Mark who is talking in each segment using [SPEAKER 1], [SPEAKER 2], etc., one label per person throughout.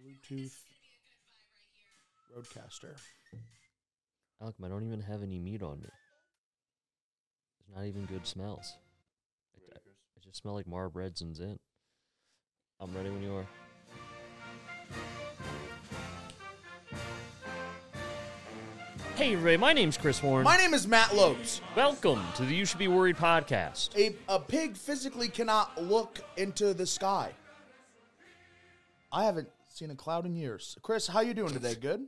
[SPEAKER 1] Bluetooth Roadcaster.
[SPEAKER 2] Alec, I don't even have any meat on me. There's not even good smells. I, I, I just smell like Mar breads and zin. I'm ready when you are. Hey, everybody, my name's Chris Warren.
[SPEAKER 1] My name is Matt Lopes.
[SPEAKER 2] Welcome to the You Should Be Worried podcast.
[SPEAKER 1] A, a pig physically cannot look into the sky. I haven't seen a cloud in years. Chris, how you doing today? Good.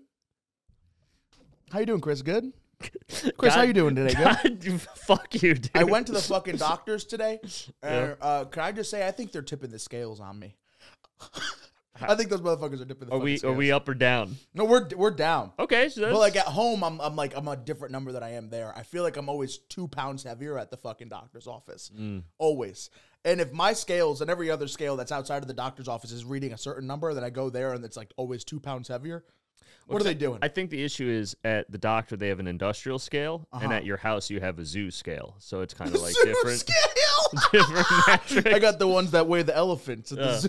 [SPEAKER 1] How you doing, Chris? Good. Chris, how
[SPEAKER 2] God-
[SPEAKER 1] you doing today? Good.
[SPEAKER 2] God, you- fuck you, dude.
[SPEAKER 1] I went to the fucking doctors today.
[SPEAKER 2] Yeah.
[SPEAKER 1] and, uh, can I just say I think they're tipping the scales on me. I think those motherfuckers are tipping the.
[SPEAKER 2] Are
[SPEAKER 1] fucking
[SPEAKER 2] we are
[SPEAKER 1] scales.
[SPEAKER 2] we up or down?
[SPEAKER 1] No, we're we're down.
[SPEAKER 2] Okay, so that's,
[SPEAKER 1] But like at home, I'm I'm like I'm a different number than I am there. I feel like I'm always two pounds heavier at the fucking doctor's office,
[SPEAKER 2] Mm.
[SPEAKER 1] always. And if my scales and every other scale that's outside of the doctor's office is reading a certain number, then I go there and it's like always two pounds heavier. What are they doing?
[SPEAKER 2] I think the issue is at the doctor they have an industrial scale, and at your house you have a zoo scale, so it's kind of like
[SPEAKER 1] Uh-huh. Zoo
[SPEAKER 2] different.
[SPEAKER 1] scale.
[SPEAKER 2] different metric.
[SPEAKER 1] I got the ones that weigh the elephants at the zoo.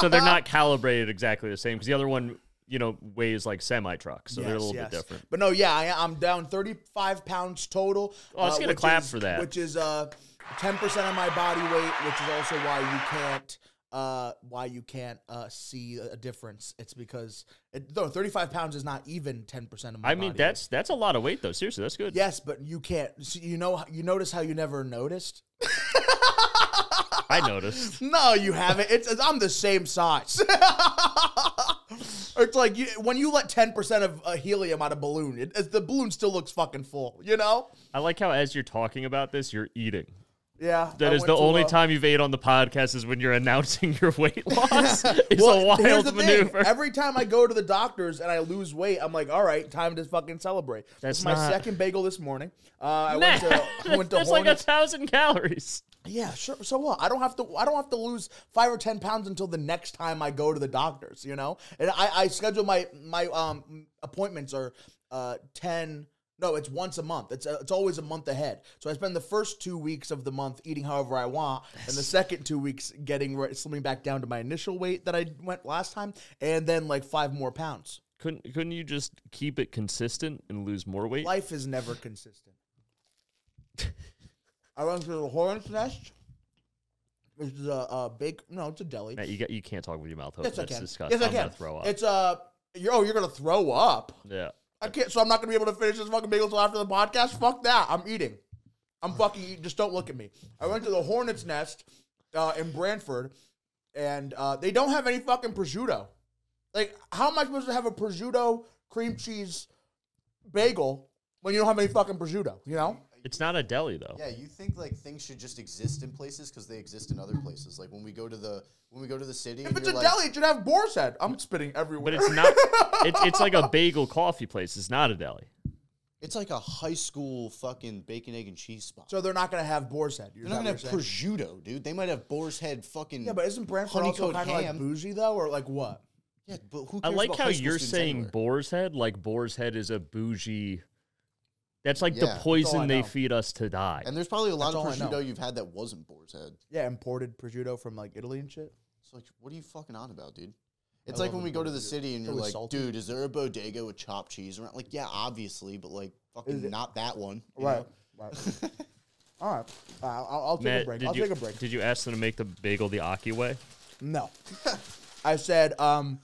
[SPEAKER 2] so they're not calibrated exactly the same because the other one, you know, weighs like semi trucks, so they're a little bit different.
[SPEAKER 1] But no, yeah, I, I'm down 35 pounds total. uh,
[SPEAKER 2] Oh, let's get a
[SPEAKER 1] which
[SPEAKER 2] clap
[SPEAKER 1] is-
[SPEAKER 2] for that.
[SPEAKER 1] Which is uh, 10% of my body weight, which is also why you can't uh why you can't uh see a difference it's because it, no 35 pounds is not even 10 percent of my
[SPEAKER 2] I mean,
[SPEAKER 1] body
[SPEAKER 2] that's that's a lot of weight though. Seriously, that's good.
[SPEAKER 1] weight. yes but you can't so you know you notice how you never noticed
[SPEAKER 2] I noticed.
[SPEAKER 1] No, you haven't. It's, it's I'm the same size. it's like you, when you let 10% of uh, helium out of balloon, it, it- the balloon still looks fucking full, you know?
[SPEAKER 2] I like how as you're talking about this, you're eating.
[SPEAKER 1] Yeah.
[SPEAKER 2] That
[SPEAKER 1] I
[SPEAKER 2] is
[SPEAKER 1] went
[SPEAKER 2] the
[SPEAKER 1] to,
[SPEAKER 2] only
[SPEAKER 1] uh,
[SPEAKER 2] time you've ate on the podcast is when you're announcing your weight loss. it's
[SPEAKER 1] well,
[SPEAKER 2] a
[SPEAKER 1] here's
[SPEAKER 2] wild
[SPEAKER 1] the thing.
[SPEAKER 2] maneuver.
[SPEAKER 1] Every time I go to the doctors and I lose weight, I'm like, all right, time to fucking celebrate.
[SPEAKER 2] That's
[SPEAKER 1] That's my
[SPEAKER 2] not-
[SPEAKER 1] second bagel this morning. Uh, I went to, I went to
[SPEAKER 2] that's like a
[SPEAKER 1] Hornets-
[SPEAKER 2] thousand calories.
[SPEAKER 1] Yeah, sure. So what? I don't have to. I don't have to lose five or ten pounds until the next time I go to the doctors. You know, and I, I schedule my my um appointments are uh ten. No, it's once a month. It's uh, it's always a month ahead. So I spend the first two weeks of the month eating however I want, and the second two weeks getting right, slimming back down to my initial weight that I went last time, and then like five more pounds.
[SPEAKER 2] Couldn't couldn't you just keep it consistent and lose more weight?
[SPEAKER 1] Life is never consistent. I went to the Hornet's Nest. Which is a, a bake. No, it's a deli.
[SPEAKER 2] Matt, you got you can't talk with your mouth open.
[SPEAKER 1] Yes, I
[SPEAKER 2] That's
[SPEAKER 1] can.
[SPEAKER 2] disgusting.
[SPEAKER 1] Yes, I
[SPEAKER 2] I'm
[SPEAKER 1] can.
[SPEAKER 2] gonna throw up.
[SPEAKER 1] It's uh, you're, oh, you're gonna throw up.
[SPEAKER 2] yeah.
[SPEAKER 1] I can't. So I'm not gonna be able to finish this fucking bagel till after the podcast. Fuck that. I'm eating. I'm fucking. Eating. Just don't look at me. I went to the Hornets Nest uh, in Branford, and uh, they don't have any fucking prosciutto. Like, how am I supposed to have a prosciutto cream cheese bagel when you don't have any fucking prosciutto? You know.
[SPEAKER 2] It's not a deli though.
[SPEAKER 3] Yeah, you think like things should just exist in places because they exist in other places. Like when we go to the when we go to the city.
[SPEAKER 1] If
[SPEAKER 3] and
[SPEAKER 1] it's a
[SPEAKER 3] you're like,
[SPEAKER 1] deli, it should have boar's head. I'm spitting everywhere.
[SPEAKER 2] But it's not it's it's like a bagel coffee place. It's not a deli.
[SPEAKER 3] it's like a high school fucking bacon egg and cheese spot.
[SPEAKER 1] so they're not gonna have boar's head. You're
[SPEAKER 3] They're not gonna have prosciutto, dude. They might have boar's head fucking.
[SPEAKER 1] Yeah, but isn't Branford also
[SPEAKER 3] Honeycombed
[SPEAKER 1] kind of like
[SPEAKER 3] ham.
[SPEAKER 1] bougie though, or like what?
[SPEAKER 3] yeah, but who? Cares
[SPEAKER 2] I like
[SPEAKER 3] about
[SPEAKER 2] how
[SPEAKER 3] high school
[SPEAKER 2] you're
[SPEAKER 3] students
[SPEAKER 2] saying
[SPEAKER 3] anywhere?
[SPEAKER 2] boar's head, like boar's head is a bougie that's like
[SPEAKER 3] Yeah.
[SPEAKER 2] the
[SPEAKER 3] That's all I
[SPEAKER 2] poison they
[SPEAKER 1] know.
[SPEAKER 2] feed us to die.
[SPEAKER 3] And there's probably a lot
[SPEAKER 1] That's
[SPEAKER 3] of
[SPEAKER 1] all I know.
[SPEAKER 3] prosciutto you've had that wasn't boar's head.
[SPEAKER 1] Yeah, imported prosciutto from like Italy and shit.
[SPEAKER 3] It's like, what are you fucking on about, dude? It's
[SPEAKER 1] I
[SPEAKER 3] like
[SPEAKER 1] love
[SPEAKER 3] when
[SPEAKER 1] a
[SPEAKER 3] we go to the
[SPEAKER 1] prosciutto.
[SPEAKER 3] city and
[SPEAKER 1] It's
[SPEAKER 3] you're
[SPEAKER 1] always
[SPEAKER 3] like,
[SPEAKER 1] salty.
[SPEAKER 3] dude, is there a bodega with chopped cheese around? Like, yeah, obviously, but like, fucking not that one. you know?
[SPEAKER 1] right. All right, uh, I'll, I'll take a
[SPEAKER 2] Matt,
[SPEAKER 1] break.
[SPEAKER 2] did
[SPEAKER 1] I'll
[SPEAKER 2] you
[SPEAKER 1] take a break.
[SPEAKER 2] did you ask them to make the bagel the Aki way?
[SPEAKER 1] No, I said um,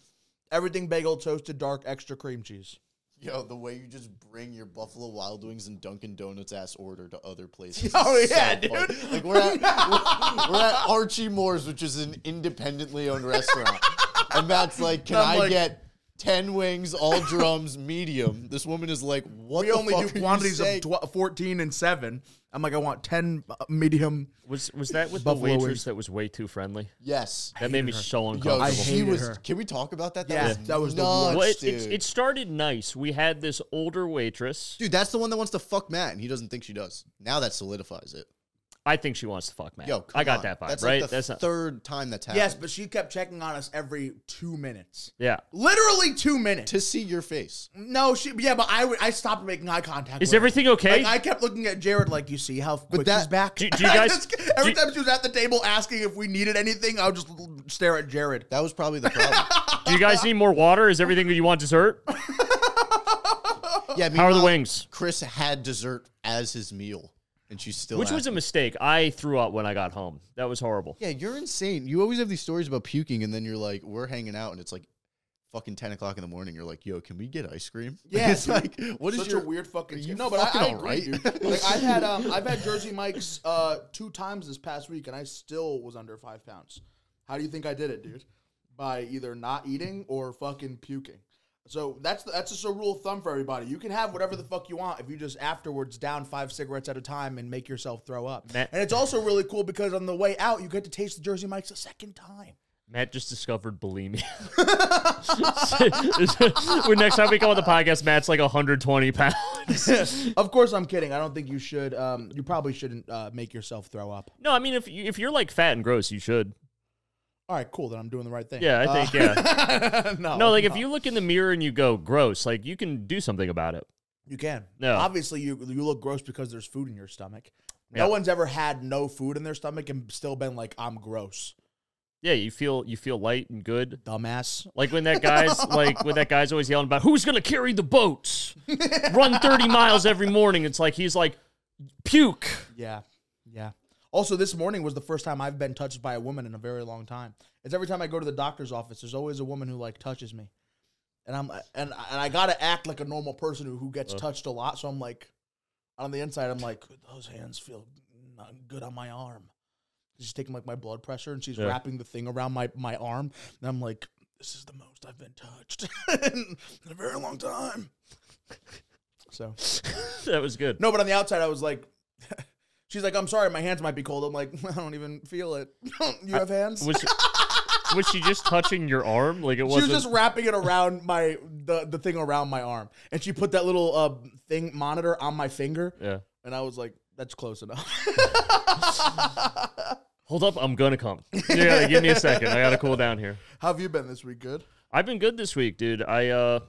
[SPEAKER 1] everything bagel toasted dark extra cream cheese.
[SPEAKER 3] Yo, the way you just bring your Buffalo Wild Wings and Dunkin' Donuts ass order to other places.
[SPEAKER 1] Oh,
[SPEAKER 3] is so
[SPEAKER 1] yeah,
[SPEAKER 3] funny.
[SPEAKER 1] dude.
[SPEAKER 3] Like we're at we're, we're at Archie Moore's, which is an independently owned restaurant, and that's like, can
[SPEAKER 1] I'm
[SPEAKER 3] I
[SPEAKER 1] like-
[SPEAKER 3] get ten wings, all drums, medium? This woman is like, what?
[SPEAKER 1] We
[SPEAKER 3] the
[SPEAKER 1] only
[SPEAKER 3] fuck
[SPEAKER 1] do
[SPEAKER 3] are you
[SPEAKER 1] quantities of
[SPEAKER 3] saying?
[SPEAKER 1] tw- fourteen and seven. I'm like, I want ten uh, medium.
[SPEAKER 2] Was was that with the
[SPEAKER 1] Buffalo
[SPEAKER 2] waitress
[SPEAKER 1] wings.
[SPEAKER 2] that was way too friendly?
[SPEAKER 3] yes.
[SPEAKER 2] That made me so
[SPEAKER 3] Yo,
[SPEAKER 2] uncomfortable.
[SPEAKER 1] I
[SPEAKER 3] she
[SPEAKER 1] hated
[SPEAKER 3] was.
[SPEAKER 1] her.
[SPEAKER 3] Can we talk about that?
[SPEAKER 1] Yeah, that was the worst.
[SPEAKER 2] Well, it,
[SPEAKER 3] dude.
[SPEAKER 2] it's- it started nice. We had this older waitress.
[SPEAKER 3] dude, that's the one that wants to fuck Matt, and he doesn't think she does. Now that solidifies it.
[SPEAKER 2] I think she wants to fuck Matt.
[SPEAKER 3] Yo, come
[SPEAKER 2] I got
[SPEAKER 3] on.
[SPEAKER 2] that vibe,
[SPEAKER 3] That's
[SPEAKER 2] right?
[SPEAKER 3] Like the
[SPEAKER 2] That's not,
[SPEAKER 3] third time that's happened.
[SPEAKER 1] Yes, but she kept checking on us every two minutes.
[SPEAKER 2] yeah.
[SPEAKER 1] Literally two minutes.
[SPEAKER 3] to see your face.
[SPEAKER 1] No, she. Yeah, but I, w- I stopped making eye contact.
[SPEAKER 2] Is
[SPEAKER 1] with her.
[SPEAKER 2] everything okay?
[SPEAKER 1] Like, I kept looking at Jared like, you see how quick
[SPEAKER 3] that-
[SPEAKER 1] he's back.
[SPEAKER 2] Do- do you guys-
[SPEAKER 1] Just- every
[SPEAKER 2] do-
[SPEAKER 1] time she was at the table asking if we needed anything, I would just stare at Jared.
[SPEAKER 3] That was probably the problem.
[SPEAKER 2] Do you guys need more water? Is everything that you want dessert?
[SPEAKER 3] yeah.
[SPEAKER 2] How are the
[SPEAKER 3] meanwhile,
[SPEAKER 2] wings?
[SPEAKER 3] Chris had dessert as his meal, and she's still.
[SPEAKER 2] Which was a
[SPEAKER 3] asking.
[SPEAKER 2] mistake. I threw up when I got home. That was horrible.
[SPEAKER 3] Yeah, you're insane. You always have these stories about puking, and then you're like, we're hanging out, and it's like fucking ten o'clock in the morning. You're like, yo, can we get ice cream?
[SPEAKER 1] Yeah,
[SPEAKER 3] it's like what is
[SPEAKER 1] Such
[SPEAKER 3] your
[SPEAKER 1] a weird fucking.
[SPEAKER 3] Are you
[SPEAKER 1] no, but
[SPEAKER 3] fucking
[SPEAKER 1] I, I
[SPEAKER 3] all
[SPEAKER 1] agree,
[SPEAKER 3] right?
[SPEAKER 1] dude. Like I've had um, I've had Jersey Mike's uh two times this past week, and I still was under five pounds. How do you think I did it, dude? By either not eating or fucking puking. So that's that's just a rule of thumb for everybody. You can have whatever the fuck you want if you just afterwards down five cigarettes at a time and make yourself throw up.
[SPEAKER 2] Matt-
[SPEAKER 1] and it's also really cool because on the way out you get to taste the Jersey Mike's a second time.
[SPEAKER 2] Matt just discovered bulimia. when next time we come on the podcast, Matt's like 120 pounds.
[SPEAKER 1] of course, I'm kidding. I don't think you should. Um, you probably shouldn't uh, make yourself throw up.
[SPEAKER 2] No, I mean if you, if you're like fat and gross, you should.
[SPEAKER 1] All right, cool. Then I'm doing the right thing.
[SPEAKER 2] Yeah, I think yeah.
[SPEAKER 1] yeah. no,
[SPEAKER 2] No, like if you look in the mirror and you go gross, like you can do something about it.
[SPEAKER 1] you can.
[SPEAKER 2] No.
[SPEAKER 1] obviously you you look gross because there's food in your stomach. No
[SPEAKER 2] Yeah.
[SPEAKER 1] one's ever had no food in their stomach and still been like, "I'm gross,
[SPEAKER 2] Yeah, you feel you feel light and good.
[SPEAKER 1] dumbass."
[SPEAKER 2] Like when that guy's like when that guy's always yelling about who's gonna carry the boats, run 30 miles every morning. It's like he's like puke.
[SPEAKER 1] Yeah, yeah. Also, this morning was the first time I've been touched by a woman in a very long time. It's every time I go to the doctor's office, there's always a woman who like touches me, and I'm and and I gotta act like a normal person who, who gets touched a lot. So I'm like, on the inside, I'm like, those hands feel not good on my arm. She's taking like my blood pressure, and she's
[SPEAKER 2] Yeah.
[SPEAKER 1] wrapping the thing around my my arm, and I'm like, this is the most I've been touched in a very long time. So.
[SPEAKER 2] that was good.
[SPEAKER 1] No, but on the outside, I was like, she's like, I'm sorry, my hands might be cold. I'm like, I don't even feel it. you have hands?
[SPEAKER 2] Was she, was she just touching your arm? Like it
[SPEAKER 1] she was
[SPEAKER 2] wasn't.
[SPEAKER 1] just wrapping it around my the, the thing around my arm, and she put that little uh, thing monitor on my finger,
[SPEAKER 2] yeah.
[SPEAKER 1] and I was like, that's close enough.
[SPEAKER 2] Hold up, I'm gonna come. Yeah, give me a second. I gotta cool down here.
[SPEAKER 1] How have you been this week? Good.
[SPEAKER 2] I've been good this week, dude. I uh,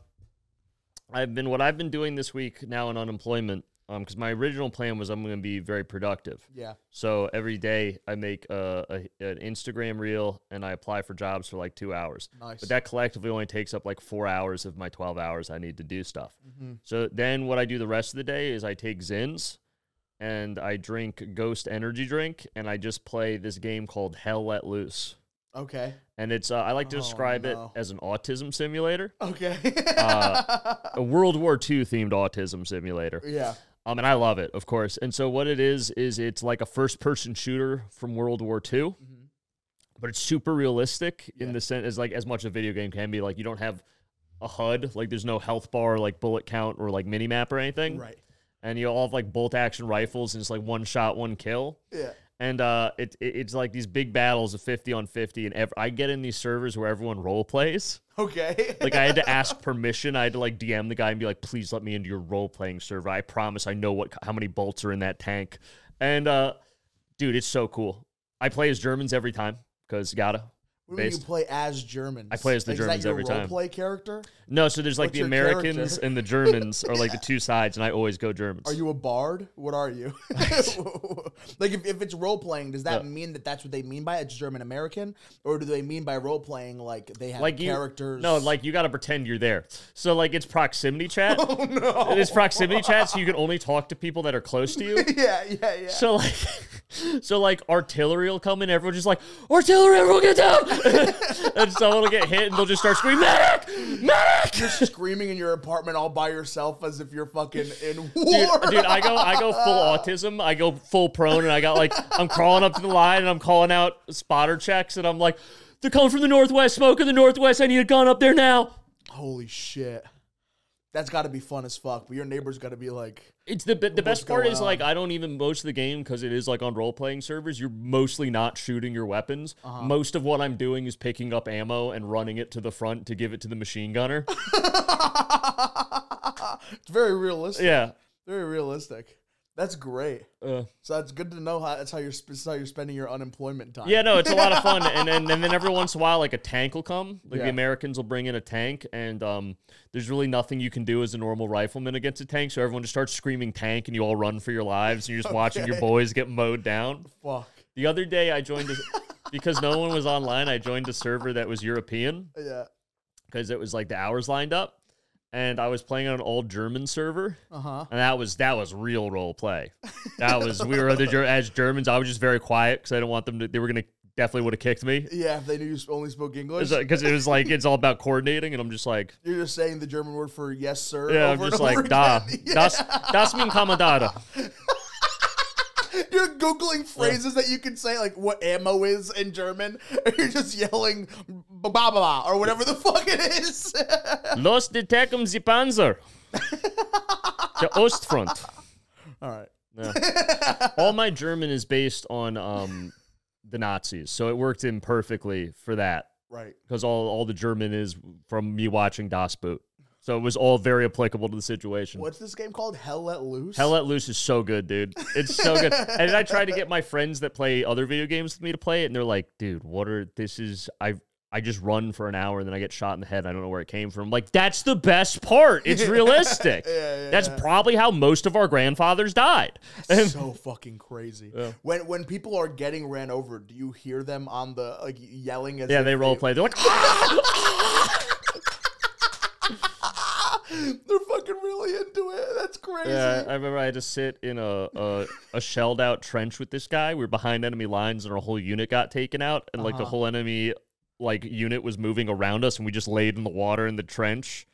[SPEAKER 2] I've been what I've been doing this week now in unemployment. Um, because my original plan was I'm gonna be very productive.
[SPEAKER 1] Yeah.
[SPEAKER 2] So every day I make a, a an Instagram reel and I apply for jobs for like two hours.
[SPEAKER 1] Nice.
[SPEAKER 2] But that collectively only takes up like four hours of my 12 hours I need to do stuff.
[SPEAKER 1] Mm-hmm.
[SPEAKER 2] So then what I do the rest of the day is I take Zins and I drink Ghost Energy Drink and I just play this game called Hell Let Loose.
[SPEAKER 1] Okay.
[SPEAKER 2] And it's, uh, I like to
[SPEAKER 1] Oh,
[SPEAKER 2] describe
[SPEAKER 1] no.
[SPEAKER 2] it as an autism simulator,
[SPEAKER 1] Okay.
[SPEAKER 2] Uh, a World War II themed autism simulator.
[SPEAKER 1] yeah.
[SPEAKER 2] Um, and I love it, of course. And so what it is is it's like a first-person shooter from World War II,
[SPEAKER 1] Mm-hmm.
[SPEAKER 2] but it's super realistic in the sense as like as much a video game can be. Like you don't have a HUD, like there's no health bar, like bullet count, or like mini map or anything.
[SPEAKER 1] Right.
[SPEAKER 2] And you all have like bolt-action rifles, and it's like one shot, one kill.
[SPEAKER 1] Yeah.
[SPEAKER 2] And uh, it, it it's like these big battles of fifty on fifty, and ev- I get in these servers where everyone role plays.
[SPEAKER 1] Okay.
[SPEAKER 2] Like I had to ask permission. I had to like DM the guy and be like, "Please let me into your role playing server. I promise I know what how many bolts are in that tank." And uh dude, it's so cool. I play as Germans every time because gotta.
[SPEAKER 1] What do you mean you
[SPEAKER 2] based-
[SPEAKER 1] play as Germans?
[SPEAKER 2] I play as the
[SPEAKER 1] Is
[SPEAKER 2] Germans
[SPEAKER 1] that your
[SPEAKER 2] every time.
[SPEAKER 1] Play character?
[SPEAKER 2] No, so there's like
[SPEAKER 1] What's
[SPEAKER 2] the
[SPEAKER 1] your
[SPEAKER 2] Americans
[SPEAKER 1] character?
[SPEAKER 2] and the Germans are like the two sides, and I always go Germans.
[SPEAKER 1] Are you a bard? What are you? like, if, if it's role playing, does that
[SPEAKER 2] Yeah.
[SPEAKER 1] mean that that's what they mean by it? it's German American, or do they mean by role playing like they have
[SPEAKER 2] like you-
[SPEAKER 1] characters?
[SPEAKER 2] No, like you got to pretend you're there. So like it's proximity chat. oh no, it's proximity chat, so you can only talk to people that are close to you.
[SPEAKER 1] yeah, yeah, yeah.
[SPEAKER 2] So like, so like artillery will come in. Everyone's just like artillery. Everyone get down. and someone will get hit, and they'll just start screaming medic, medic.
[SPEAKER 1] You're screaming in your apartment all by yourself as if you're fucking in war.
[SPEAKER 2] Dude, dude, I go, I go full autism. I go full prone, and I got like, I'm crawling up to the line, and I'm calling out spotter checks, and I'm like, they're coming from the northwest, smoke in the northwest. I need a gun up there now.
[SPEAKER 1] Holy shit, that's got to be fun as fuck. But your neighbor's got to be like,
[SPEAKER 2] It's the the best part
[SPEAKER 1] going
[SPEAKER 2] is like I don't even most of the game because it is like on role playing servers. You're mostly not shooting your weapons.
[SPEAKER 1] Uh-huh.
[SPEAKER 2] Most of what I'm doing is picking up ammo and running it to the front to give it to the machine gunner.
[SPEAKER 1] it's very realistic.
[SPEAKER 2] yeah,
[SPEAKER 1] Very realistic. That's great.
[SPEAKER 2] uh,
[SPEAKER 1] So that's good to know how that's how you're sp- that's how you're spending your unemployment time.
[SPEAKER 2] yeah. No, it's a lot of fun. And then and then every once in a while, like a tank will come. Like
[SPEAKER 1] Yeah.
[SPEAKER 2] the Americans will bring in a tank, and um, there's really nothing you can do as a normal rifleman against a tank. So everyone just starts screaming tank, and you all run for your lives, and you're just watching your boys get mowed down.
[SPEAKER 1] Fuck.
[SPEAKER 2] The other day I joined a, because no one was online. I joined a server that was European
[SPEAKER 1] Yeah.
[SPEAKER 2] because it was like the hours lined up, and I was playing on an all German server.
[SPEAKER 1] Uh huh.
[SPEAKER 2] And that was that was real role play. That was we were other Ger- as Germans. I was just very quiet because I didn't want them to. They were gonna definitely would have kicked me
[SPEAKER 1] Yeah, if they knew you only spoke English,
[SPEAKER 2] because it was like it's all about coordinating, and I'm just like,
[SPEAKER 1] you're just saying the German word for yes, sir.
[SPEAKER 2] yeah, I'm
[SPEAKER 1] over and
[SPEAKER 2] just
[SPEAKER 1] over
[SPEAKER 2] like, da,
[SPEAKER 1] again.
[SPEAKER 2] das, das min Kommandada.
[SPEAKER 1] You're googling phrases that you can say, like what ammo is in German. Or you're just yelling ba ba ba or whatever the fuck it is.
[SPEAKER 2] Los Detekum Sie Panzer. The Ostfront.
[SPEAKER 1] All right.
[SPEAKER 2] No. All my German is based on um, the Nazis, so it worked in perfectly for that
[SPEAKER 1] Right.
[SPEAKER 2] because all, all the German is from me watching Das Boot. So it was all very applicable to the situation.
[SPEAKER 1] What's this game called? Hell Let Loose?
[SPEAKER 2] Hell Let Loose is so good, dude. It's so good. and I tried to get my friends that play other video games with me to play it, and they're like, dude, what are this is I I just run for an hour and then I get shot in the head. I don't know where it came from. I'm like, that's the best part. It's realistic.
[SPEAKER 1] yeah,
[SPEAKER 2] that's probably how most of our grandfathers died.
[SPEAKER 1] It's so fucking crazy. When when people are getting ran over, do you hear them on the like yelling as
[SPEAKER 2] Yeah,
[SPEAKER 1] if
[SPEAKER 2] they role play. They're like, "Ah!"
[SPEAKER 1] "Ah, They're fucking really into it. That's crazy.
[SPEAKER 2] yeah, I remember I had to sit in a, a a shelled out trench with this guy. We were behind enemy lines, and our whole unit got taken out, and
[SPEAKER 1] Uh-huh.
[SPEAKER 2] like the whole enemy like unit was moving around us, and we just laid in the water in the trench.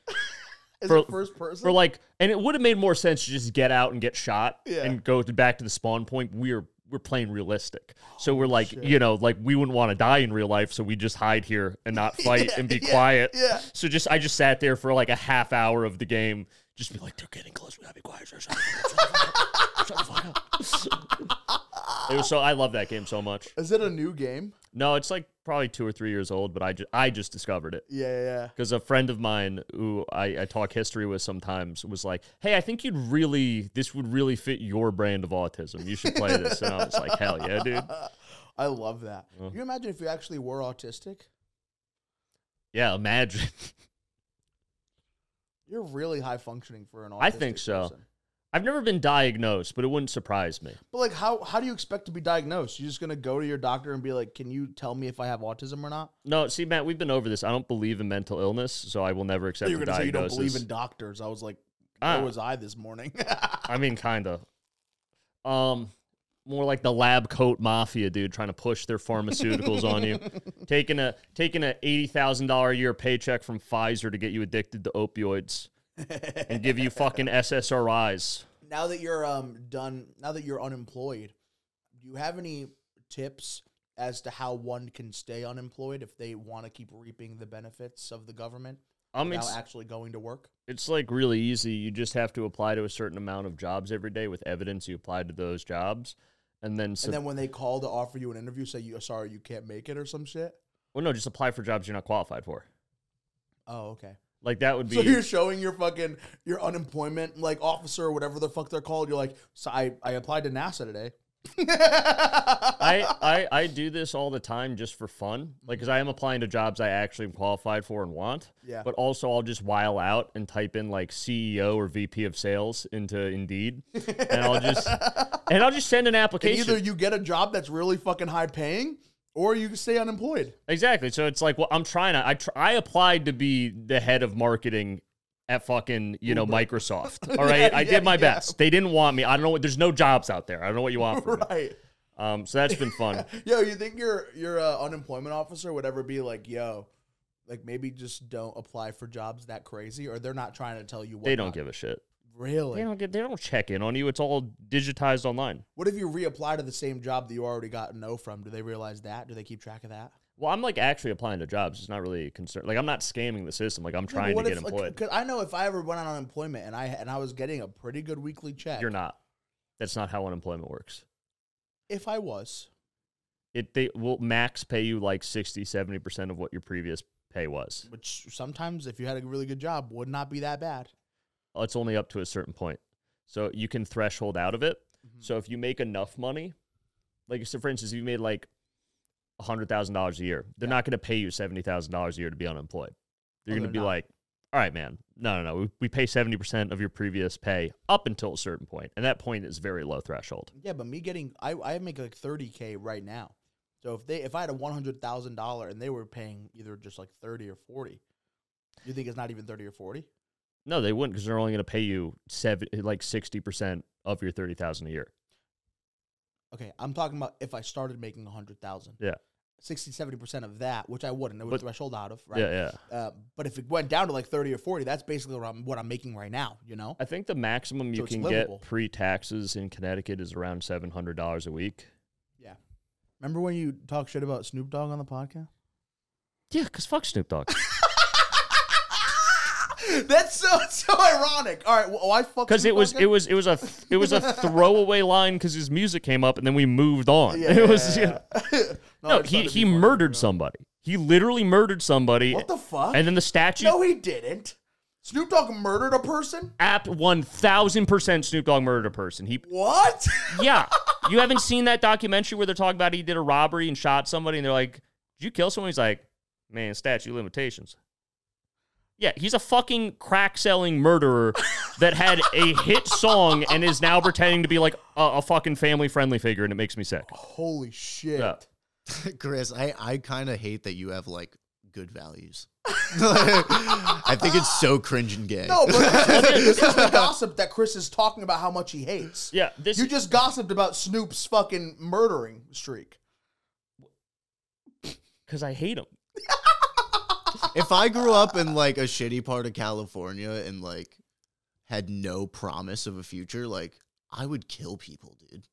[SPEAKER 1] Is
[SPEAKER 2] for-
[SPEAKER 1] it first person?
[SPEAKER 2] for like and it would have made more sense to just get out and get shot
[SPEAKER 1] Yeah.
[SPEAKER 2] and go to, back to the spawn point we're we're playing realistic so we're like you know like we wouldn't want to die in real life so we just hide here and not fight and be
[SPEAKER 1] yeah,
[SPEAKER 2] quiet
[SPEAKER 1] yeah.
[SPEAKER 2] so just i just sat there for like a half hour of the game just be like they're getting close we gotta be quiet shut the fuck up, shut the fuck up, shut the fuck up." it was so i love that game so much
[SPEAKER 1] Is it a new game?
[SPEAKER 2] no it's like probably two or three years old but i just i just discovered it
[SPEAKER 1] Yeah, yeah, yeah.
[SPEAKER 2] because a friend of mine who I, I talk history with sometimes was like, "Hey, I think you'd really this would really fit your brand of autism. You should play this." and I was like, "Hell yeah, dude!
[SPEAKER 1] Uh, I love that. Can you imagine if you actually were autistic?
[SPEAKER 2] Yeah, imagine."
[SPEAKER 1] You're really high functioning for an autistic
[SPEAKER 2] I think so.
[SPEAKER 1] person.
[SPEAKER 2] I've never been diagnosed, but it wouldn't surprise me.
[SPEAKER 1] But like, how how do you expect to be diagnosed? You're just gonna go to your doctor and be like, "Can you tell me if I have autism or not?"
[SPEAKER 2] No, see, Matt, we've been over this. I don't believe in mental illness, so I will never accept
[SPEAKER 1] You're
[SPEAKER 2] the
[SPEAKER 1] gonna say you don't
[SPEAKER 2] diagnosis.
[SPEAKER 1] believe in doctors. I was like,
[SPEAKER 2] Ah.
[SPEAKER 1] where was I this morning?
[SPEAKER 2] I mean, kind of. Um, more like the lab coat mafia, dude, trying to push their pharmaceuticals on you, taking a taking a eighty thousand dollar a year paycheck from Pfizer to get you addicted to opioids and give you fucking SSRIs.
[SPEAKER 1] now that you're um done, now that you're unemployed, do you have any tips as to how one can stay unemployed if they want to keep reaping the benefits of the government
[SPEAKER 2] Um,
[SPEAKER 1] without
[SPEAKER 2] it's
[SPEAKER 1] actually going to work?
[SPEAKER 2] it's like really easy. You just have to apply to a certain amount of jobs every day with evidence you applied to those jobs, and then so
[SPEAKER 1] and then when they call to offer you an interview, say you sorry you can't make it or some shit.
[SPEAKER 2] well, no, just apply for jobs you're not qualified for.
[SPEAKER 1] Oh, okay.
[SPEAKER 2] Like that would be
[SPEAKER 1] So you're showing your fucking your unemployment like officer or whatever the fuck they're called. You're like, so I, I applied to NASA today.
[SPEAKER 2] I, I I do this all the time just for fun, like because I am applying to jobs I actually am qualified for and want.
[SPEAKER 1] Yeah.
[SPEAKER 2] But also, I'll just while out and type in like CEO or VP of Sales into Indeed, and I'll just and I'll just send an
[SPEAKER 1] And
[SPEAKER 2] application.
[SPEAKER 1] either you get a job that's really fucking high paying, or you stay unemployed.
[SPEAKER 2] exactly. So it's like, well, I'm trying to. I tr- I applied to be the head of marketing. At fucking you know Microsoft, all right. I
[SPEAKER 1] yeah,
[SPEAKER 2] did my
[SPEAKER 1] yeah.
[SPEAKER 2] best. They didn't want me. I don't know what. There's no jobs out there. I don't know what you want from me.
[SPEAKER 1] Right.
[SPEAKER 2] Um, so that's been fun.
[SPEAKER 1] Yo, you think your your uh, unemployment officer would ever be like, yo, like maybe just don't apply for jobs that crazy, or they're not trying to tell you what
[SPEAKER 2] They don't
[SPEAKER 1] not-
[SPEAKER 2] give a shit. They
[SPEAKER 1] really.
[SPEAKER 2] don't get. They don't check in on you. It's all digitized online.
[SPEAKER 1] What if you reapply to the same job that you already got a no from? Do they realize that? Do they keep track of that?
[SPEAKER 2] Well, I'm like actually applying to jobs. It's not really a concern. Like I'm not scamming the system. Like I'm
[SPEAKER 1] Yeah, but
[SPEAKER 2] trying
[SPEAKER 1] what
[SPEAKER 2] to get
[SPEAKER 1] if, like,
[SPEAKER 2] employed.
[SPEAKER 1] 'cause I know if I ever went on unemployment and I and I was getting a pretty good weekly check,
[SPEAKER 2] You're not. That's not how unemployment works.
[SPEAKER 1] If I was,
[SPEAKER 2] It they will max pay you like 60, 70 percent of what your previous pay was.
[SPEAKER 1] which sometimes if you had a really good job would not be that bad.
[SPEAKER 2] uh, It's only up to a certain point, so you can threshold out of it.
[SPEAKER 1] Mm-hmm.
[SPEAKER 2] So if you make enough money, like so for instance, if you made like hundred thousand dollars a year, they're not going to pey you seventy thousand dollars a year to be unemployed. They're
[SPEAKER 1] Oh,
[SPEAKER 2] going
[SPEAKER 1] they're
[SPEAKER 2] to be
[SPEAKER 1] not.
[SPEAKER 2] like, all right, man, no, no, no, we, we pay seventy percent of your previous pay up until a certain point, and that point is very low threshold.
[SPEAKER 1] Yeah, but me getting I I make like 30k right now. So if they if I had a one hundred thousand dollar and they were paying either just like thirty or forty, you think it's not even thirty or forty?
[SPEAKER 2] No, they wouldn't because they're only going to pay you seven, like sixty percent of your thirty thousand a year.
[SPEAKER 1] Okay, I'm talking about if I started making a hundred thousand.
[SPEAKER 2] Yeah.
[SPEAKER 1] 60 70 percent of that, which I wouldn't, it would
[SPEAKER 2] But-
[SPEAKER 1] threshold out of, right?
[SPEAKER 2] Yeah, yeah.
[SPEAKER 1] Uh, but if it went down to like thirty or forty, that's basically what I'm what I'm making right now. You know,
[SPEAKER 2] I think the maximum
[SPEAKER 1] So
[SPEAKER 2] you
[SPEAKER 1] it's
[SPEAKER 2] can
[SPEAKER 1] livable.
[SPEAKER 2] get pre taxes in Connecticut is around seven hundred dollars a week.
[SPEAKER 1] remember when you talk shit about Snoop Dogg on the podcast?
[SPEAKER 2] Yeah, because fuck Snoop Dogg.
[SPEAKER 1] That's so so ironic. All right, well, why fuck?
[SPEAKER 2] Because
[SPEAKER 1] Snoop
[SPEAKER 2] it was
[SPEAKER 1] Dogg
[SPEAKER 2] it
[SPEAKER 1] then?
[SPEAKER 2] was it was a it was a throwaway line because his music came up and then we moved on. it was you know-
[SPEAKER 1] no,
[SPEAKER 2] no,
[SPEAKER 1] I just wanted
[SPEAKER 2] he
[SPEAKER 1] Oh, to
[SPEAKER 2] he
[SPEAKER 1] be funny,
[SPEAKER 2] murdered
[SPEAKER 1] you know?
[SPEAKER 2] somebody. He literally murdered somebody.
[SPEAKER 1] What the fuck?
[SPEAKER 2] And then the statue.
[SPEAKER 1] no, he didn't. Snoop Dogg murdered a person.
[SPEAKER 2] app one thousand percent Snoop Dogg murdered a person. He
[SPEAKER 1] What?
[SPEAKER 2] yeah. You haven't seen that documentary where they're talking about he did a robbery and shot somebody, and they're like, "Did you kill someone?" He's like, "Man, statute of limitations." Yeah, he's a fucking crack selling murderer that had a hit song and is now pretending to be like a, a fucking family friendly figure, and it makes me sick.
[SPEAKER 1] Holy shit!
[SPEAKER 2] Yeah.
[SPEAKER 3] Chris, I, I kind of hate that you have like good values. I think it's so cringe and gay.
[SPEAKER 1] No, but this is- this is the gossip that Chris is talking about how much he hates.
[SPEAKER 2] Yeah, this
[SPEAKER 1] You just gossiped about Snoop's fucking murdering streak.
[SPEAKER 2] because I hate him.
[SPEAKER 3] if I grew up in like a shitty part of California and like had no promise of a future, like I would kill people, dude.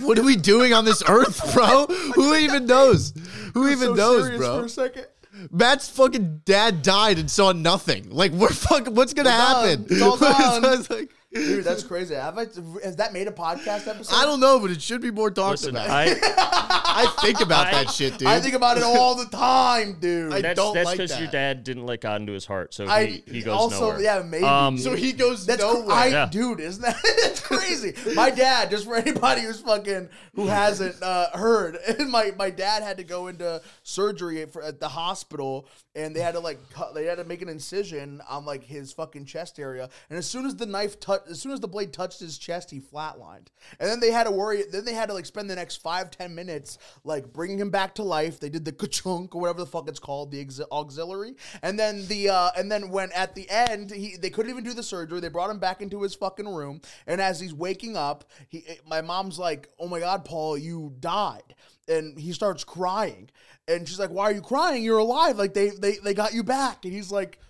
[SPEAKER 3] What are we doing on this earth, bro? Who even knows? Who even
[SPEAKER 1] So
[SPEAKER 3] knows,
[SPEAKER 1] serious
[SPEAKER 3] bro?
[SPEAKER 1] For a second.
[SPEAKER 3] Matt's fucking dad died and saw nothing. Like we're fucking. What's gonna
[SPEAKER 1] We're done.
[SPEAKER 3] happen?
[SPEAKER 1] It's all gone.
[SPEAKER 3] So it's like-
[SPEAKER 1] Dude, that's crazy. Have I, has that made a podcast episode?
[SPEAKER 3] I don't know, but it should be more talked
[SPEAKER 2] Listen,
[SPEAKER 3] about.
[SPEAKER 2] I
[SPEAKER 3] I think about
[SPEAKER 2] I-
[SPEAKER 3] that shit, dude.
[SPEAKER 1] I think about it all the time, dude.
[SPEAKER 3] I-
[SPEAKER 2] that's
[SPEAKER 3] don't
[SPEAKER 2] that's
[SPEAKER 3] like
[SPEAKER 2] because your
[SPEAKER 3] that.
[SPEAKER 2] dad didn't let God into his heart, so
[SPEAKER 1] I-
[SPEAKER 2] he, he goes
[SPEAKER 1] also,
[SPEAKER 2] nowhere.
[SPEAKER 1] yeah, maybe.
[SPEAKER 2] Um,
[SPEAKER 3] so. He goes
[SPEAKER 1] That's cr-
[SPEAKER 3] nowhere.
[SPEAKER 1] I,
[SPEAKER 2] Yeah.
[SPEAKER 1] dude, isn't that that's crazy? My dad, just for anybody who's fucking who hasn't uh, heard, my my dad had to go into surgery at, for, at the hospital, and they had to like cut, they had to make an incision on like his fucking chest area, and as soon as the knife touched, as soon as the blade touched his chest, he flatlined, and then they had to worry, then they had to like spend the next five ten minutes like bringing him back to life. They did the ka-chunk or whatever the fuck it's called, the exi- auxiliary, and then the uh, and then when at the end he they couldn't even do the surgery. They brought him back into his fucking room, and as he's waking up, he my mom's like, "Oh my god, Paul, you died," and he starts crying, and she's like, "Why are you crying? You're alive! Like they they they got you back," and he's like,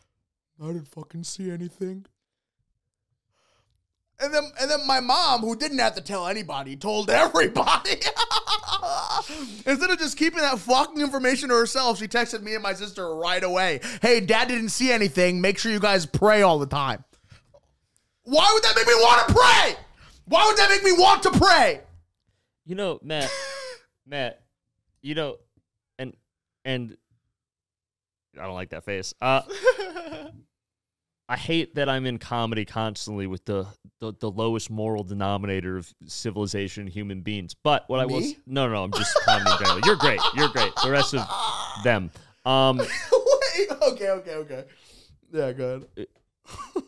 [SPEAKER 1] "I didn't fucking see anything." And then, and then my mom, who didn't have to tell anybody, told everybody. Instead of just keeping that fucking information to herself, she texted me and my sister right away. Hey, dad didn't see anything. Make sure you guys pray all the time. Why would that make me want to pray? Why would that make me want to pray?
[SPEAKER 2] You know, Matt, Matt, you know, and and I don't like that face. Uh, I hate that I'm in comedy constantly with the the, the lowest moral denominator of civilization, and human beings. But what I was
[SPEAKER 1] Me?
[SPEAKER 2] no, no, I'm just comedy in general. You're great. You're great. The rest of them. Um,
[SPEAKER 1] Wait, okay, okay, okay. Yeah, go ahead.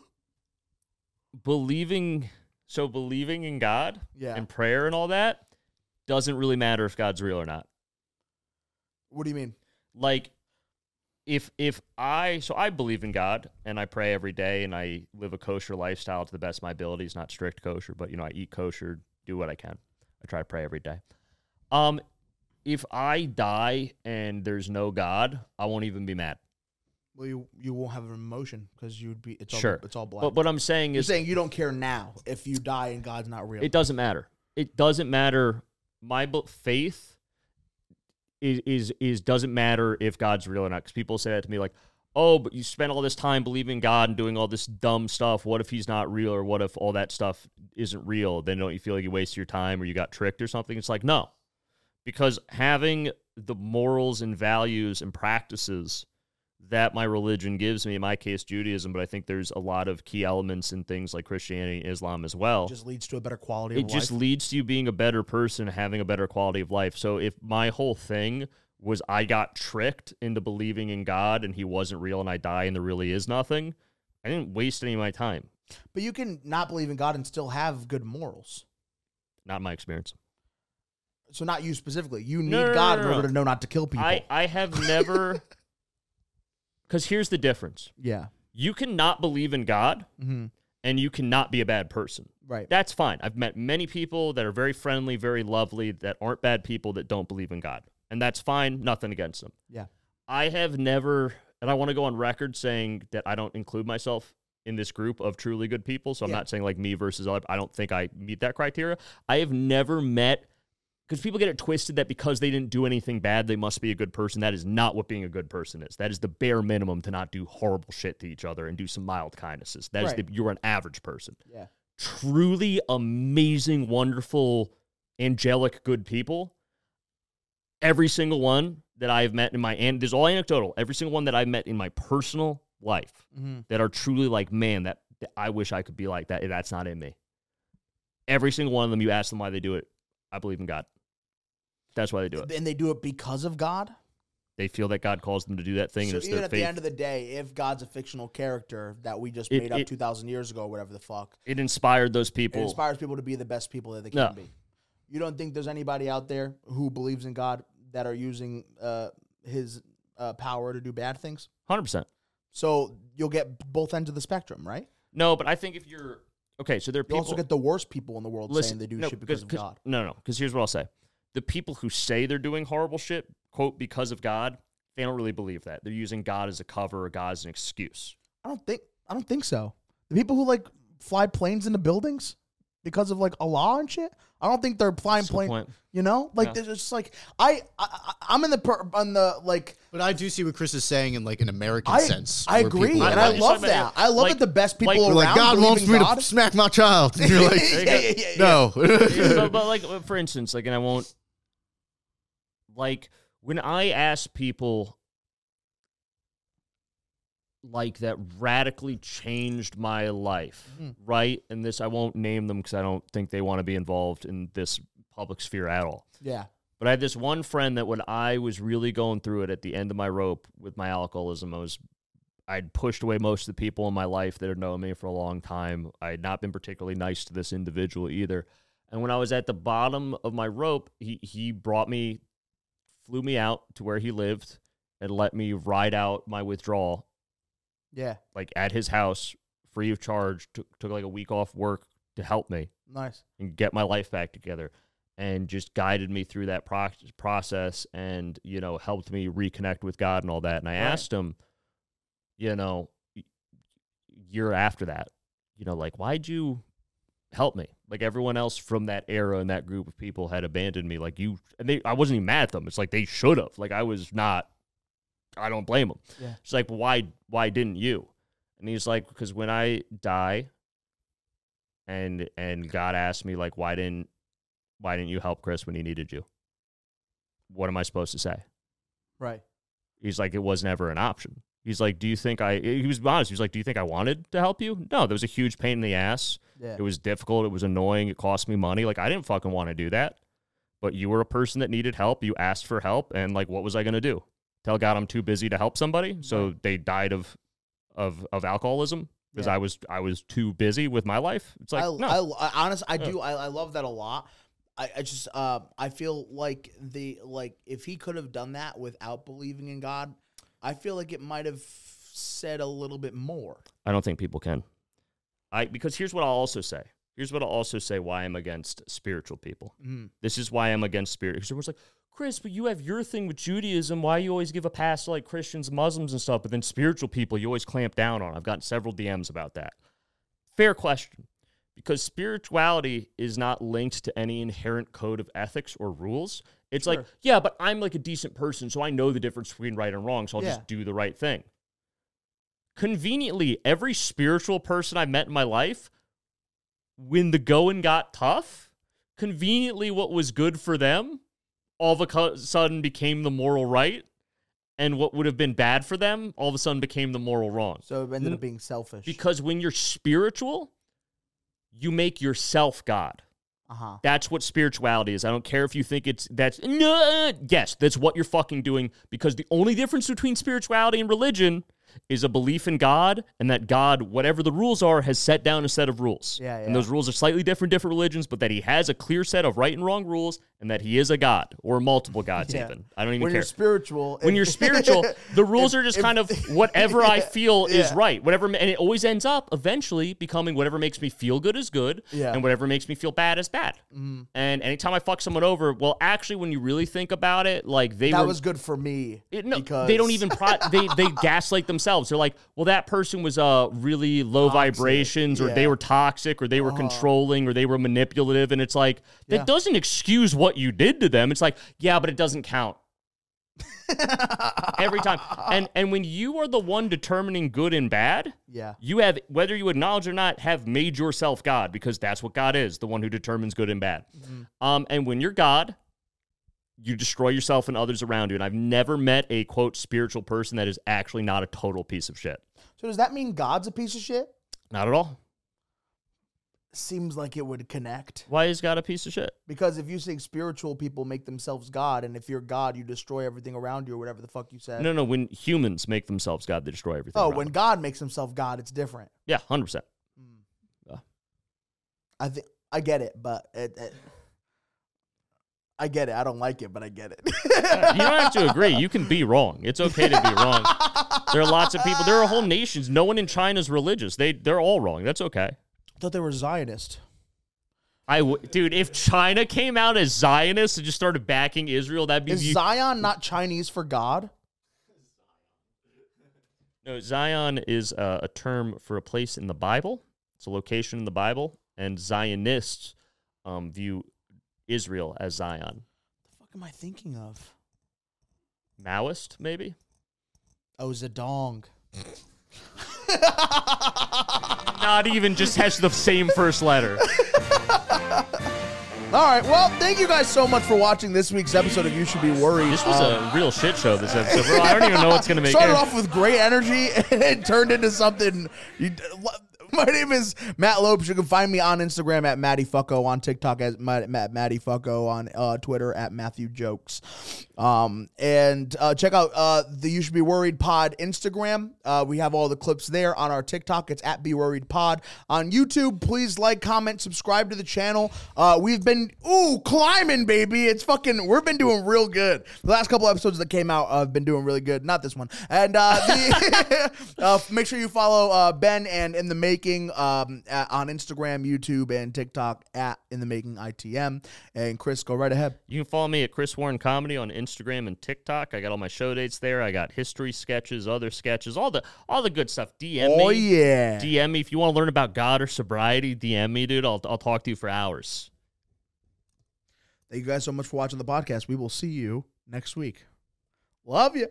[SPEAKER 2] believing so believing in God
[SPEAKER 1] Yeah.
[SPEAKER 2] and prayer and all that doesn't really matter if God's real or not.
[SPEAKER 1] What do you mean?
[SPEAKER 2] like if if i so i believe in god and i pray every day and i live a kosher lifestyle to the best of my abilities not strict kosher but you know i eat kosher do what i can i try to pray every day um if i die and there's no god i won't even be mad
[SPEAKER 1] Well, you you won't have an emotion because you would be. It's all
[SPEAKER 2] Sure.
[SPEAKER 1] It's all black.
[SPEAKER 2] but what i'm saying
[SPEAKER 1] You're
[SPEAKER 2] is
[SPEAKER 1] saying you don't care now if you die and God's not real.
[SPEAKER 2] It doesn't matter. It doesn't matter. My bel- faith is is is doesn't matter if God's real or not. Because people say that to me like, "Oh, but you spent all this time believing God and doing all this dumb stuff. What if He's not real? Or what if all that stuff isn't real? Then don't you feel like you wasted your time or you got tricked or something?" It's like no, because having the morals and values and practices that my religion gives me, in my case Judaism, but I think there's a lot of key elements in things like Christianity and Islam as well
[SPEAKER 1] just leads to a better quality
[SPEAKER 2] it
[SPEAKER 1] of
[SPEAKER 2] just
[SPEAKER 1] life.
[SPEAKER 2] leads to you being a better person and having a better quality of life so if my whole thing was i got tricked into believing in god and he wasn't real and i die and there really is nothing i didn't waste any of my time
[SPEAKER 1] but you can not believe in God and still have good morals.
[SPEAKER 2] not in my experience
[SPEAKER 1] So not you specifically. You need
[SPEAKER 2] No, no, no,
[SPEAKER 1] God
[SPEAKER 2] no,
[SPEAKER 1] in
[SPEAKER 2] no.
[SPEAKER 1] order to know not to kill people.
[SPEAKER 2] I, I have never. Because here's the difference
[SPEAKER 1] yeah.
[SPEAKER 2] you cannot believe in God
[SPEAKER 1] hmm
[SPEAKER 2] and you cannot be a bad person.
[SPEAKER 1] Right.
[SPEAKER 2] That's fine. I've met many people that are very friendly, very lovely, that aren't bad people that don't believe in God. And that's fine. Nothing against them.
[SPEAKER 1] Yeah.
[SPEAKER 2] I have never, and I want to go on record saying that I don't include myself in this group of truly good people. So I'm
[SPEAKER 1] Yeah.
[SPEAKER 2] not saying like me versus other. I don't think I meet that criteria. I have never met, because people get it twisted that because they didn't do anything bad, they must be a good person. That is not what being a good person is. That is the bare minimum to not do horrible shit to each other and do some mild kindnesses. That is
[SPEAKER 1] Right.
[SPEAKER 2] the, you're an average person
[SPEAKER 1] yeah.
[SPEAKER 2] truly amazing, wonderful, angelic, good people. Every single one that I've met in my and this is all anecdotal. Every single one that I've met in my personal life
[SPEAKER 1] Mhm.
[SPEAKER 2] that are truly like, man, that, that I wish I could be like that. That's not in me. Every single one of them, you ask them why they do it. I believe in God. That's why they do it.
[SPEAKER 1] And they do it because of God.
[SPEAKER 2] They feel that God calls them to do that
[SPEAKER 1] so
[SPEAKER 2] thing, and it's
[SPEAKER 1] even
[SPEAKER 2] their
[SPEAKER 1] at
[SPEAKER 2] faith.
[SPEAKER 1] the end of the day, if God's a fictional character that we just
[SPEAKER 2] It-
[SPEAKER 1] made up
[SPEAKER 2] it-
[SPEAKER 1] two thousand years ago, or whatever the fuck,
[SPEAKER 2] it inspired those
[SPEAKER 1] it
[SPEAKER 2] people.
[SPEAKER 1] inspires people to be the best people that they can
[SPEAKER 2] No.
[SPEAKER 1] be. You don't think there's anybody out there who believes in God that are using uh, His uh, power to do bad things?
[SPEAKER 2] Hundred percent.
[SPEAKER 1] So you'll get both ends of the spectrum, right?
[SPEAKER 2] No, but I think if you're okay, so there are
[SPEAKER 1] You
[SPEAKER 2] people.
[SPEAKER 1] also get the worst people in the world
[SPEAKER 2] Listen,
[SPEAKER 1] saying they do
[SPEAKER 2] no,
[SPEAKER 1] shit because of
[SPEAKER 2] 'cause- 'cause-
[SPEAKER 1] God.
[SPEAKER 2] No, no, because here's what I'll say: the people who say they're doing horrible shit, quote, because of God, they don't really believe that. They're using God as a cover or God as an excuse.
[SPEAKER 1] I don't think I don't think so. The people who like fly planes into buildings because of like Allah and shit. I don't think they're flying
[SPEAKER 2] That's a good
[SPEAKER 1] planes.
[SPEAKER 2] point.
[SPEAKER 1] You know, like
[SPEAKER 2] Yeah.
[SPEAKER 1] there's just like I, I I- I'm in the per, on the like
[SPEAKER 3] But I do see what Chris is saying in like an American
[SPEAKER 1] I
[SPEAKER 3] sense.
[SPEAKER 1] I
[SPEAKER 3] where
[SPEAKER 1] agree
[SPEAKER 3] people are
[SPEAKER 1] and I
[SPEAKER 2] like-
[SPEAKER 1] love that. I love
[SPEAKER 2] Like-
[SPEAKER 1] it. The best people
[SPEAKER 2] like-
[SPEAKER 1] around
[SPEAKER 2] We're
[SPEAKER 3] We're like, God
[SPEAKER 1] believe
[SPEAKER 3] wants
[SPEAKER 1] in
[SPEAKER 3] me
[SPEAKER 1] God."
[SPEAKER 3] to smack my child. And you're like,
[SPEAKER 1] yeah, yeah, yeah, yeah.
[SPEAKER 3] no.
[SPEAKER 2] but, but like for instance, like and I won't like when I ask people like that radically changed my life,
[SPEAKER 1] Mhm.
[SPEAKER 2] right? And this I won't name them because I don't think they want to be involved in this public sphere at all.
[SPEAKER 1] Yeah.
[SPEAKER 2] But I had this one friend that when I was really going through it at the end of my rope with my alcoholism, I was I'd pushed away most of the people in my life that had known me for a long time. I had not been particularly nice to this individual either. And when I was at the bottom of my rope, he he brought me flew me out to where he lived and let me ride out my withdrawal
[SPEAKER 1] yeah,
[SPEAKER 2] like at his house free of charge. Took took like a week off work to help me
[SPEAKER 1] nice.
[SPEAKER 2] and get my life back together and just guided me through that proc- process and you know helped me reconnect with god and all that and i
[SPEAKER 1] Right.
[SPEAKER 2] asked him you know y- year after that you know like why'd you help me like everyone else from that era and that group of people had abandoned me like you and they i wasn't even mad at them it's like they should have like i was not i don't blame them
[SPEAKER 1] Yeah.
[SPEAKER 2] it's like why why didn't you and he's like because when i die and and God asked me like why didn't why didn't you help Chris when he needed you? What am I supposed to say?
[SPEAKER 1] Right.
[SPEAKER 2] He's like it was never an option. He's like, do you think I? He was honest. He was like, do you think I wanted to help you? No, there was a huge pain in the ass.
[SPEAKER 1] Yeah.
[SPEAKER 2] It was difficult. It was annoying. It cost me money. Like I didn't fucking want to do that. But you were a person that needed help. You asked for help, and like, what was I gonna do? Tell God I'm too busy to help somebody. So they died of of of alcoholism because
[SPEAKER 1] Yeah.
[SPEAKER 2] I was I was too busy with my life. It's like
[SPEAKER 1] I,
[SPEAKER 2] no.
[SPEAKER 1] I, I honestly, I
[SPEAKER 2] Yeah.
[SPEAKER 1] do. I, I love that a lot. I, I just, uh, I feel like the like if he could have done that without believing in God, I feel like it might have said a little bit more.
[SPEAKER 2] I don't think people can. I because here's what I'll also say. Here's what I'll also say why I'm against spiritual people.
[SPEAKER 1] Mm.
[SPEAKER 2] This is why I'm against spirit. Because everyone's like, Chris, but you have your thing with Judaism. Why you always give a pass to like Christians, Muslims, and stuff, but then spiritual people you always clamp down on. I've gotten several DMs about that. Fair question. Because spirituality is not linked to any inherent code of ethics or rules. It's like,
[SPEAKER 1] Sure.
[SPEAKER 2] yeah, but I'm like a decent person, so I know the difference between right and wrong, so I'll
[SPEAKER 1] Yeah.
[SPEAKER 2] just do the right thing conveniently every spiritual person I met in my life, when the going got tough, conveniently what was good for them all of a co- sudden became the moral right, and what would have been bad for them all of a sudden became the moral wrong.
[SPEAKER 1] So it ended
[SPEAKER 2] Mm.
[SPEAKER 1] up being selfish.
[SPEAKER 2] Because when you're spiritual, you make yourself God.
[SPEAKER 1] uh huh.
[SPEAKER 2] That's what spirituality is. I don't care if you think it's that's no. Yes, that's what you're fucking doing because the only difference between spirituality and religion is a belief in God and that God, whatever the rules are, has set down a set of rules.
[SPEAKER 1] Yeah, yeah.
[SPEAKER 2] And those rules are slightly different, different religions, but that He has a clear set of right and wrong rules, and that he is a god or multiple gods
[SPEAKER 1] Yeah.
[SPEAKER 2] even. I don't even
[SPEAKER 1] when
[SPEAKER 2] care.
[SPEAKER 1] you're spiritual,
[SPEAKER 2] when
[SPEAKER 1] if-
[SPEAKER 2] you're spiritual, the rules
[SPEAKER 1] if-
[SPEAKER 2] are just
[SPEAKER 1] if-
[SPEAKER 2] kind of whatever I feel is
[SPEAKER 1] yeah.
[SPEAKER 2] right. Whatever, and it always ends up eventually becoming whatever makes me feel good is good,
[SPEAKER 1] Yeah. Mm-hmm.
[SPEAKER 2] and whatever makes me feel bad is bad. And anytime I fuck someone over, well, actually, when you really think about it, like they
[SPEAKER 1] that
[SPEAKER 2] were.
[SPEAKER 1] was good for me.
[SPEAKER 2] it- no,
[SPEAKER 1] because
[SPEAKER 2] they don't even. Pro- they they gaslight themselves. They're like, well, that person was uh really low vibrations, or they
[SPEAKER 1] yeah. Uh-huh.
[SPEAKER 2] were toxic, or they were controlling, or they were manipulative, and it's like that
[SPEAKER 1] Yeah.
[SPEAKER 2] doesn't excuse what you did to them. It's like, yeah, but it doesn't count every time. And and when you are the one determining good and bad,
[SPEAKER 1] yeah,
[SPEAKER 2] you have whether you acknowledge or not have made yourself God because that's what God is, the one who determines good and bad. Um, and when you're God, you destroy yourself and others around you. And I've never met a quote spiritual person that is actually not a total piece of shit.
[SPEAKER 1] So does that mean God's a piece of shit?
[SPEAKER 2] Not at all.
[SPEAKER 1] Seems like it would connect
[SPEAKER 2] Why is God a piece of shit?
[SPEAKER 1] because if you think spiritual people make themselves God, and if you're God, you destroy everything around you or whatever the fuck you said.
[SPEAKER 2] No, no. When humans make themselves God, they destroy everything.
[SPEAKER 1] oh,
[SPEAKER 2] around
[SPEAKER 1] when
[SPEAKER 2] them.
[SPEAKER 1] God makes himself God, it's different.
[SPEAKER 2] yeah, hundred percent.
[SPEAKER 1] I think I get it, but it, it- I get it. I don't like it, but I get it.
[SPEAKER 2] You don't have to agree. You can be wrong. It's okay to be wrong. There are lots of people. There are whole nations. No one in China is religious. They they're all wrong. That's okay.
[SPEAKER 1] thought they were Zionist.
[SPEAKER 2] I w- dude, if China came out as Zionists and just started backing Israel, that'd be
[SPEAKER 1] Is
[SPEAKER 2] you-
[SPEAKER 1] Zion not Chinese for God?
[SPEAKER 2] no. Zion is uh, a term for a place in the Bible. It's a location in the Bible, and Zionists um, view Israel as Zion.
[SPEAKER 1] The fuck am I thinking of?
[SPEAKER 2] Maoist, maybe.
[SPEAKER 1] Oh, Zedong.
[SPEAKER 2] Not even just has the same first letter.
[SPEAKER 1] All right. Well, thank you guys so much for watching this week's episode of You Should Be Worried.
[SPEAKER 2] This was
[SPEAKER 1] Um,
[SPEAKER 2] a real shit show. This episode. Bro, I don't even know what's gonna make.
[SPEAKER 1] started
[SPEAKER 2] it.
[SPEAKER 1] off with great energy and it turned into something. You, my name is Matt Lopes. You can find me on Instagram at Matty Fucko, on TikTok as Matt, Matt Matty Fucko, on uh, Twitter at Matthew Jokes. Um, and uh, check out uh, the You Should Be Worried Pod Instagram. Uh, we have all the clips there on our TikTok. It's at Be Worried Pod on YouTube. Please like, comment, subscribe to the channel. Uh, we've been ooh climbing, baby. It's fucking. We've been doing real good. The last couple episodes that came out, uh, have been doing really good. Not this one. And uh, the, uh, make sure you follow uh, Ben and In the Making um, at, on Instagram, YouTube, and TikTok at In the Making ITM. And Chris, go right ahead.
[SPEAKER 2] You can follow me at Chris Warren Comedy on Instagram and TikTok. I got all my show dates there. I got history sketches, other sketches, all the all the good stuff. DM
[SPEAKER 1] Oh
[SPEAKER 2] me.
[SPEAKER 1] yeah.
[SPEAKER 2] DM me if you want to learn about God or sobriety. DM me, dude. I'll I'll talk to you for hours.
[SPEAKER 1] Thank you guys so much for watching the podcast. We will see you next week. Love you.